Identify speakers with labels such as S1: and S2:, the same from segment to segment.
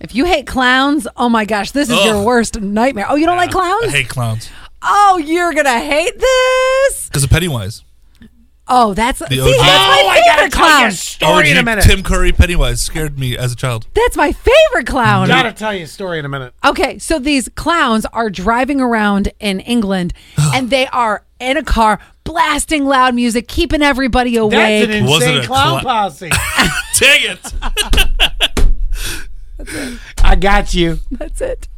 S1: If you hate clowns, oh my gosh, this is your
S2: Ugh.
S1: worst nightmare. Oh, you don't like
S2: I
S1: clowns?
S2: hate clowns
S1: oh, you're gonna hate this.
S2: because of Pennywise.
S1: Oh, that's see,
S2: OG.
S1: that's my
S3: oh, I gotta
S1: favorite
S3: tell you
S1: clown.
S3: a story in a
S2: OG
S3: minute.
S2: Tim Curry Pennywise scared me as a child.
S1: That's my favorite clown.
S3: gotta tell you a story in a minute.
S1: Okay, so these clowns are driving around in England and they are in a car blasting loud music, keeping everybody
S3: That's
S1: awake.
S3: an insane
S2: Wasn't a
S3: clown
S2: cla-
S3: posse.
S2: Dang it!
S3: I got you.
S1: That's it.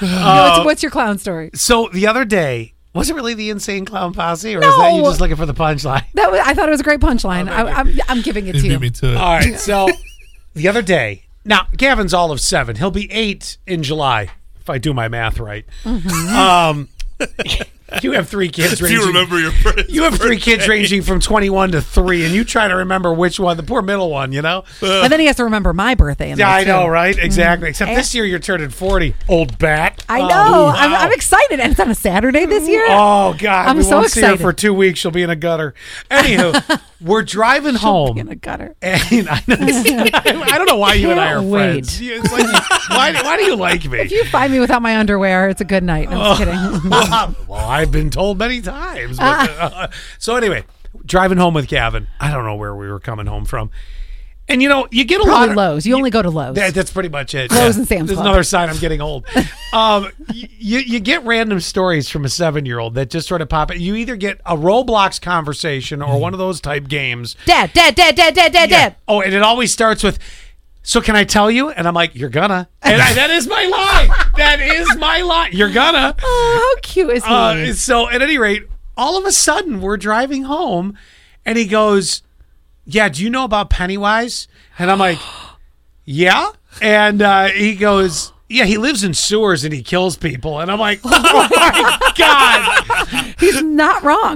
S1: what's, what's your clown story?
S3: So the other day, was it really the insane clown posse, or was that you
S1: No.
S3: just looking for the punchline?
S1: That was, I thought it was a great
S3: Oh,
S1: punchline. I, I'm, I'm giving it
S2: You
S1: to
S2: beat
S1: you.
S2: me to it.
S3: All right. So the other day, now Gavin's all of seven. He'll be eight in July, if I do my math right. Um, you have three kids.
S2: Do you
S3: ranging-
S2: remember your first?
S3: You have three kids ranging from 21 to 3, and you try to remember which one, the poor middle one, you know?
S1: And then he has to remember my birthday. In
S3: Yeah,
S1: there,
S3: I
S1: too. Mm.
S3: know, right? Exactly. Except this year you're turning 40, old bat.
S1: I
S3: Oh,
S1: know. I'm,
S3: wow.
S1: I'm excited. And it's on a Saturday this year.
S3: Oh, God.
S1: I'm
S3: we
S1: so
S3: won't see
S1: excited.
S3: her for two weeks. She'll be in a gutter. Anywho, we're driving home.
S1: In a gutter.
S3: And I, know, I don't know why you and I are
S1: Can't wait.
S3: friends. You- it's like, why, why do you like me?
S1: If you find me without my underwear, it's a good night. No, I'm just kidding.
S3: well, I've been told many times. but-
S1: Ah.
S3: uh, so anyway, driving home with Gavin. I don't know where we were coming home from. And you know, you get a lot
S1: Probably
S3: of
S1: Lowe's. You only go to Lowe's.
S3: That- that's pretty much it.
S1: Lowe's and Sam's
S3: There's
S1: Club.
S3: another sign I'm getting old. um, y- you you get random stories from a seven year old that just sort of pop. it. You either get a Roblox conversation
S1: Mm-hmm.
S3: or one of those type games.
S1: Dad, dad, dad, dad, dad, dad, dad.
S3: Oh, and it always starts with, "So can I tell you?" And I'm like, "You're gonna." And I, that is my line. That is my line. You're gonna.
S1: Oh, how cute is he?
S3: Uh, so at any rate, all of a sudden we're driving home, and he goes, "Yeah, do you know about Pennywise?" And I'm like, "Yeah." And uh, he goes, "Yeah, he lives in sewers and he kills people." And I'm like, "Oh my god!"
S1: He's not wrong.